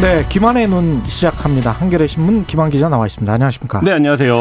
네, 김한의 눈 시작합니다. 한겨레 신문 김한 기자 나와 있습니다. 안녕하십니까? 네, 안녕하세요.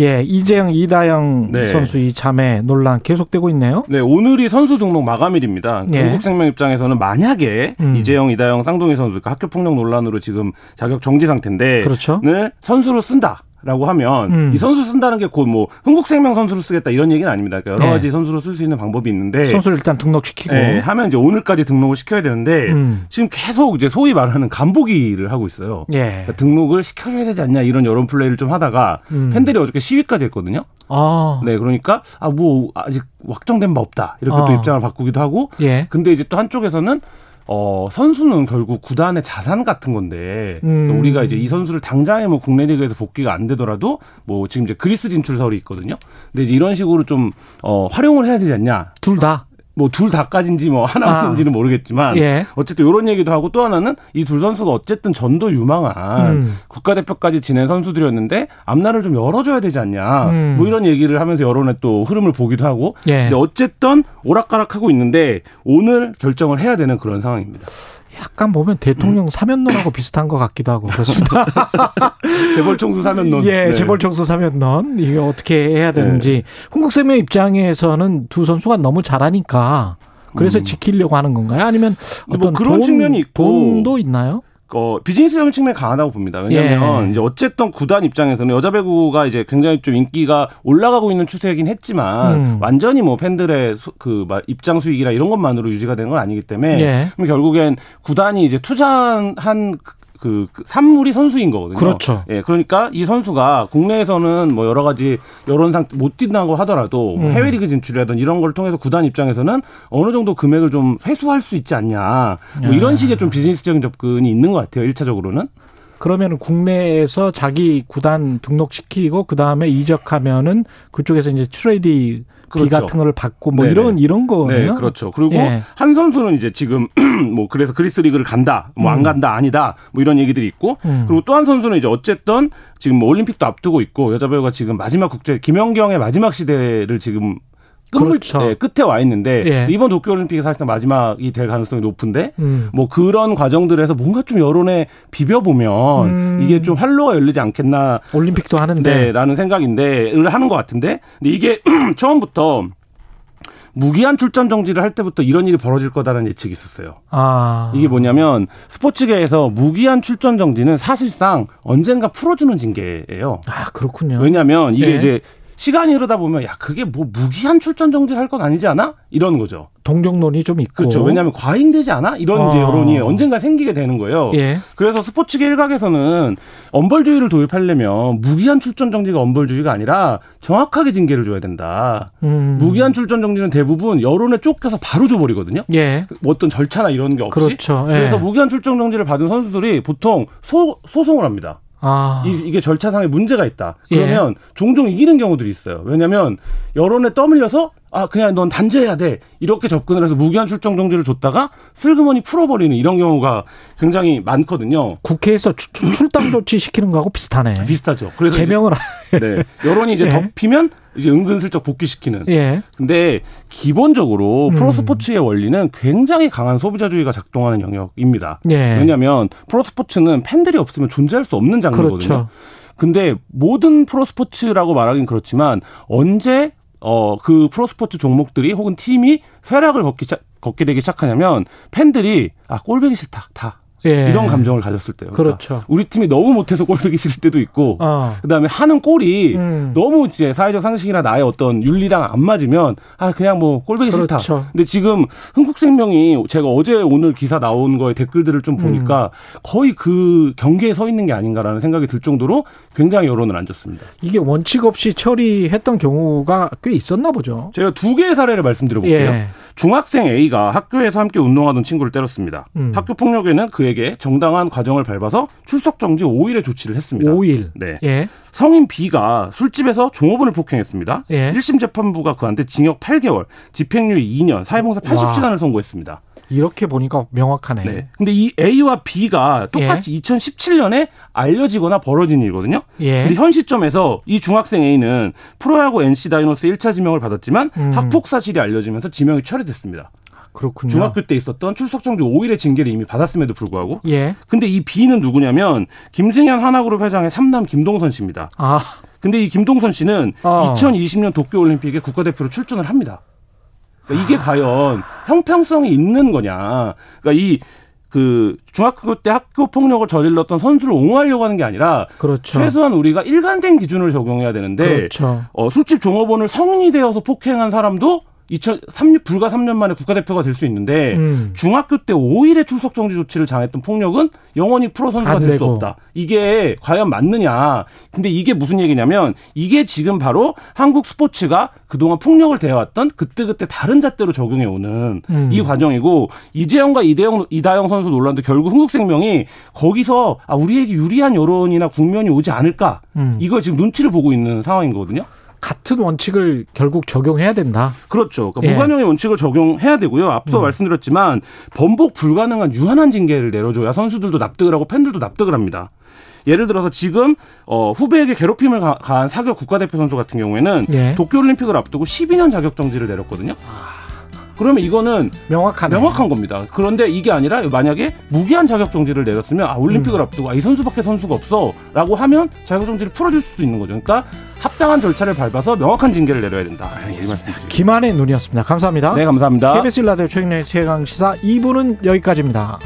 예, 이재영, 이다영 네. 선수 이 자매 논란 계속되고 있네요. 네, 오늘이 선수 등록 마감일입니다. 예. 한국생명 입장에서는 만약에 음. 이재영, 이다영, 쌍둥이 선수 가 학교 폭력 논란으로 지금 자격 정지 상태인데 그렇죠. 를 선수로 쓴다. 라고 하면 음. 이 선수 쓴다는 게 곧 뭐 흥국생명 선수로 쓰겠다 이런 얘기는 아닙니다. 그러니까 여러 네. 가지 선수로 쓸 수 있는 방법이 있는데 선수를 일단 등록시키고. 예, 하면 이제 오늘까지 등록을 시켜야 되는데 음. 지금 계속 이제 소위 말하는 간보기를 하고 있어요. 예. 그러니까 등록을 시켜줘야 되지 않냐 이런 여론 플레이를 좀 하다가 음. 팬들이 어저께 시위까지 했거든요. 아, 네, 그러니까 아 뭐 아직 확정된 바 없다 이렇게 어. 또 입장을 바꾸기도 하고. 예. 근데 이제 또 한쪽에서는 어 선수는 결국 구단의 자산 같은 건데 음. 또 우리가 이제 이 선수를 당장에 뭐 국내 리그에서 복귀가 안 되더라도 뭐 지금 이제 그리스 진출설이 있거든요. 근데 이제 이런 식으로 좀 어 활용을 해야 되지 않냐. 둘 다. 뭐 둘 다까지인지 뭐 하나인지는 모르겠지만 아. 예. 어쨌든 이런 얘기도 하고 또 하나는 이 둘 선수가 어쨌든 전도 유망한 음. 국가대표까지 지낸 선수들이었는데 앞날을 좀 열어줘야 되지 않냐 음. 뭐 이런 얘기를 하면서 여론의 또 흐름을 보기도 하고 예. 근데 어쨌든 오락가락하고 있는데 오늘 결정을 해야 되는 그런 상황입니다. 약간 보면 대통령 사면론하고 비슷한 것 같기도 하고 그렇습니다. 재벌 총수 사면 논. 예, 네. 재벌 청소 사면론 이게 어떻게 해야 되는지 흥국생명 입장에서는 두 선수가 너무 잘하니까 그래서 지키려고 하는 건가요? 아니면 음. 뭐 어떤 그런 도움, 측면이 있고. 도움도 있나요? 어, 비즈니스적인 측면이 강하다고 봅니다. 왜냐하면 예. 이제 어쨌든 구단 입장에서는 여자 배구가 이제 굉장히 좀 인기가 올라가고 있는 추세이긴 했지만 음. 완전히 뭐 팬들의 수- 그 말- 입장 수익이나 이런 것만으로 유지가 되는 건 아니기 때문에 예. 그럼 결국엔 구단이 이제 투자한 그- 그, 그 산물이 선수인 거거든요. 그렇죠. 예, 그러니까 이 선수가 국내에서는 뭐 여러 가지 여론상 못 뛴다고 하더라도 뭐 음. 해외 리그 진출이라든 이런 걸 통해서 구단 입장에서는 어느 정도 금액을 좀 회수할 수 있지 않냐. 뭐 이런 식의 좀 비즈니스적인 접근이 있는 것 같아요. 1차적으로는. 그러면 국내에서 자기 구단 등록시키고 그 다음에 이적하면은 그쪽에서 이제 트레이디 비 그렇죠. 같은 걸 받고 뭐 네네. 이런 이런 거예요. 네, 그렇죠. 그리고 예. 한 선수는 이제 지금 뭐 그래서 그리스 리그를 간다, 뭐 안 간다, 아니다, 뭐 이런 얘기들이 있고, 음. 그리고 또 한 선수는 이제 어쨌든 지금 뭐 올림픽도 앞두고 있고 여자 배우가 지금 마지막 국제 김연경의 마지막 시대를 지금 끝물, 그렇죠. 네, 끝에 와 있는데 예. 이번 도쿄 올림픽이 사실상 마지막이 될 가능성이 높은데 음. 뭐 그런 과정들에서 뭔가 좀 여론에 비벼보면 음. 이게 좀 활로가 열리지 않겠나 올림픽도 하는데 네, 라는 생각인데를 하는 것 같은데 근데 이게 처음부터 무기한 출전 정지를 할 때부터 이런 일이 벌어질 거다라는 예측이 있었어요. 아 이게 뭐냐면 스포츠계에서 무기한 출전 정지는 사실상 언젠가 풀어주는 징계예요. 아 그렇군요. 왜냐하면 이게 네. 이제 시간이 흐르다 보면 야 그게 뭐 무기한 출전 정지를 할 건 아니지 않아? 이런 거죠. 동정론이 좀 있고 그렇죠. 왜냐하면 과잉되지 않아? 이런 이제 어. 아. 여론이 언젠가 생기게 되는 거예요. 예. 그래서 스포츠계 일각에서는 엄벌주의를 도입하려면 무기한 출전 정지가 엄벌주의가 아니라 정확하게 징계를 줘야 된다. 음. 무기한 출전 정지는 대부분 여론에 쫓겨서 바로 줘버리거든요. 예 뭐 어떤 절차나 이런 게 없이. 그렇죠. 예. 그래서 무기한 출전 정지를 받은 선수들이 보통 소, 소송을 합니다. 아 이, 게 절차상의 문제가 있다. 예. 그러면 종종 이기는 경우들이 있어요. 왜냐하면 여론에 떠밀려서 아 그냥 넌 단죄해야 돼 이렇게 접근을 해서 무기한 출정 정지를 줬다가 슬그머니 풀어버리는 이런 경우가 굉장히 많거든요. 국회에서 출- 출- 출당 조치 시키는 거하고 비슷하네. 아, 비슷하죠. 그래서 이제- 제명을 네, 여론이 이제 예. 덮이면 이제 은근슬쩍 복귀시키는. 예 근데 기본적으로 음. 프로스포츠의 원리는 굉장히 강한 소비자주의가 작동하는 영역입니다. 예. 왜냐하면 프로스포츠는 팬들이 없으면 존재할 수 없는 장르거든요. 그렇죠. 근데 모든 프로스포츠라고 말하긴 그렇지만 언제 어 그 프로스포츠 종목들이 혹은 팀이 쇠락을 걷기 시작- 걷게 되기 시작하냐면 팬들이 아 꼴보기 싫다 다 예. 이런 감정을 가졌을 때요. 그러니까 그렇죠. 우리 팀이 너무 못해서 꼴보기 싫을 때도 있고 어. 그다음에 하는 꼴이 음. 너무 이제 사회적 상식이나 나의 어떤 윤리랑 안 맞으면 아 그냥 뭐 꼴보기 싫다. 그렇죠. 근데 지금 흥국생명이 제가 어제 오늘 기사 나온 거에 댓글들을 좀 보니까 음. 거의 그 경계에 서 있는 게 아닌가라는 생각이 들 정도로 굉장히 여론을 안 줬습니다. 이게 원칙 없이 처리했던 경우가 꽤 있었나 보죠. 제가 두 개의 사례를 말씀드려 볼게요. 예. 중학생 A가 학교에서 함께 운동하던 친구를 때렸습니다. 음. 학교 폭력에는 그 A에게 정당한 과정을 밟아서 출석 정지 5일의 조치를 했습니다. 5일. 네. 예. 성인 B가 술집에서 종업원을 폭행했습니다. 예. 1심 재판부가 그한테 징역 8개월, 집행유예 2년, 사회봉사 80시간을 선고했습니다. 이렇게 보니까 명확하네. 네. 근데 이 A와 B가 똑같이 2017년에 알려지거나 벌어진 일거든요. 예. 근데 현 시점에서 이 중학생 A는 프로야구 NC 다이노스 1차 지명을 받았지만 음. 학폭 사실이 알려지면서 지명이 철회됐습니다. 그렇군요. 중학교 때 있었던 출석정지 5일의 징계를 이미 받았음에도 불구하고 예. 근데 이 B는 누구냐면 김승현 하나그룹 회장의 삼남 김동선 씨입니다. 아, 근데 이 김동선 씨는 어. 2020년 도쿄올림픽에 국가대표로 출전을 합니다. 그러니까 이게 과연 형평성이 있는 거냐. 그러니까 이, 그, 중학교 때 학교 폭력을 저질렀던 선수를 옹호하려고 하는 게 아니라 그렇죠. 최소한 우리가 일관된 기준을 적용해야 되는데 그렇죠. 어, 술집 종업원을 성인이 되어서 폭행한 사람도 2000, 3, 불과 3년 만에 국가대표가 될 수 있는데 음. 중학교 때 5일의 출석 정지 조치를 당했던 폭력은 영원히 프로 선수가 안 될 수 되고. 없다. 이게 과연 맞느냐. 근데 이게 무슨 얘기냐면 이게 지금 바로 한국 스포츠가 그동안 폭력을 대해왔던 그때그때 다른 잣대로 적용해 오는 음. 이 과정이고 이재영과 이대영 이다영 선수 논란도 결국 흥국생명이 거기서 아 우리에게 유리한 여론이나 국면이 오지 않을까. 음. 이걸 지금 눈치를 보고 있는 상황인 거거든요. 같은 원칙을 결국 적용해야 된다. 그렇죠. 그러니까 예. 무관용의 원칙을 적용해야 되고요. 앞서 말씀드렸지만 번복 불가능한 유한한 징계를 내려줘야 선수들도 납득을 하고 팬들도 납득을 합니다. 예를 들어서 지금 어, 후배에게 괴롭힘을 가- 가한 사격 국가대표 선수 같은 경우에는 예. 도쿄올림픽을 앞두고 12년 자격 정지를 내렸거든요. 그러면 이거는 명확하네. 명확한 겁니다. 그런데 이게 아니라 만약에 무기한 자격 정지를 내렸으면 아 올림픽을 앞두고 아, 이 선수밖에 선수가 없어라고 하면 자격 정지를 풀어줄 수도 있는 거죠. 그러니까 합당한 절차를 밟아서 명확한 징계를 내려야 된다. 알겠습니다. 김한의 눈이었습니다. 감사합니다. 네 감사합니다. KBS 일라디오 최경의 최강 시사 2부는 여기까지입니다.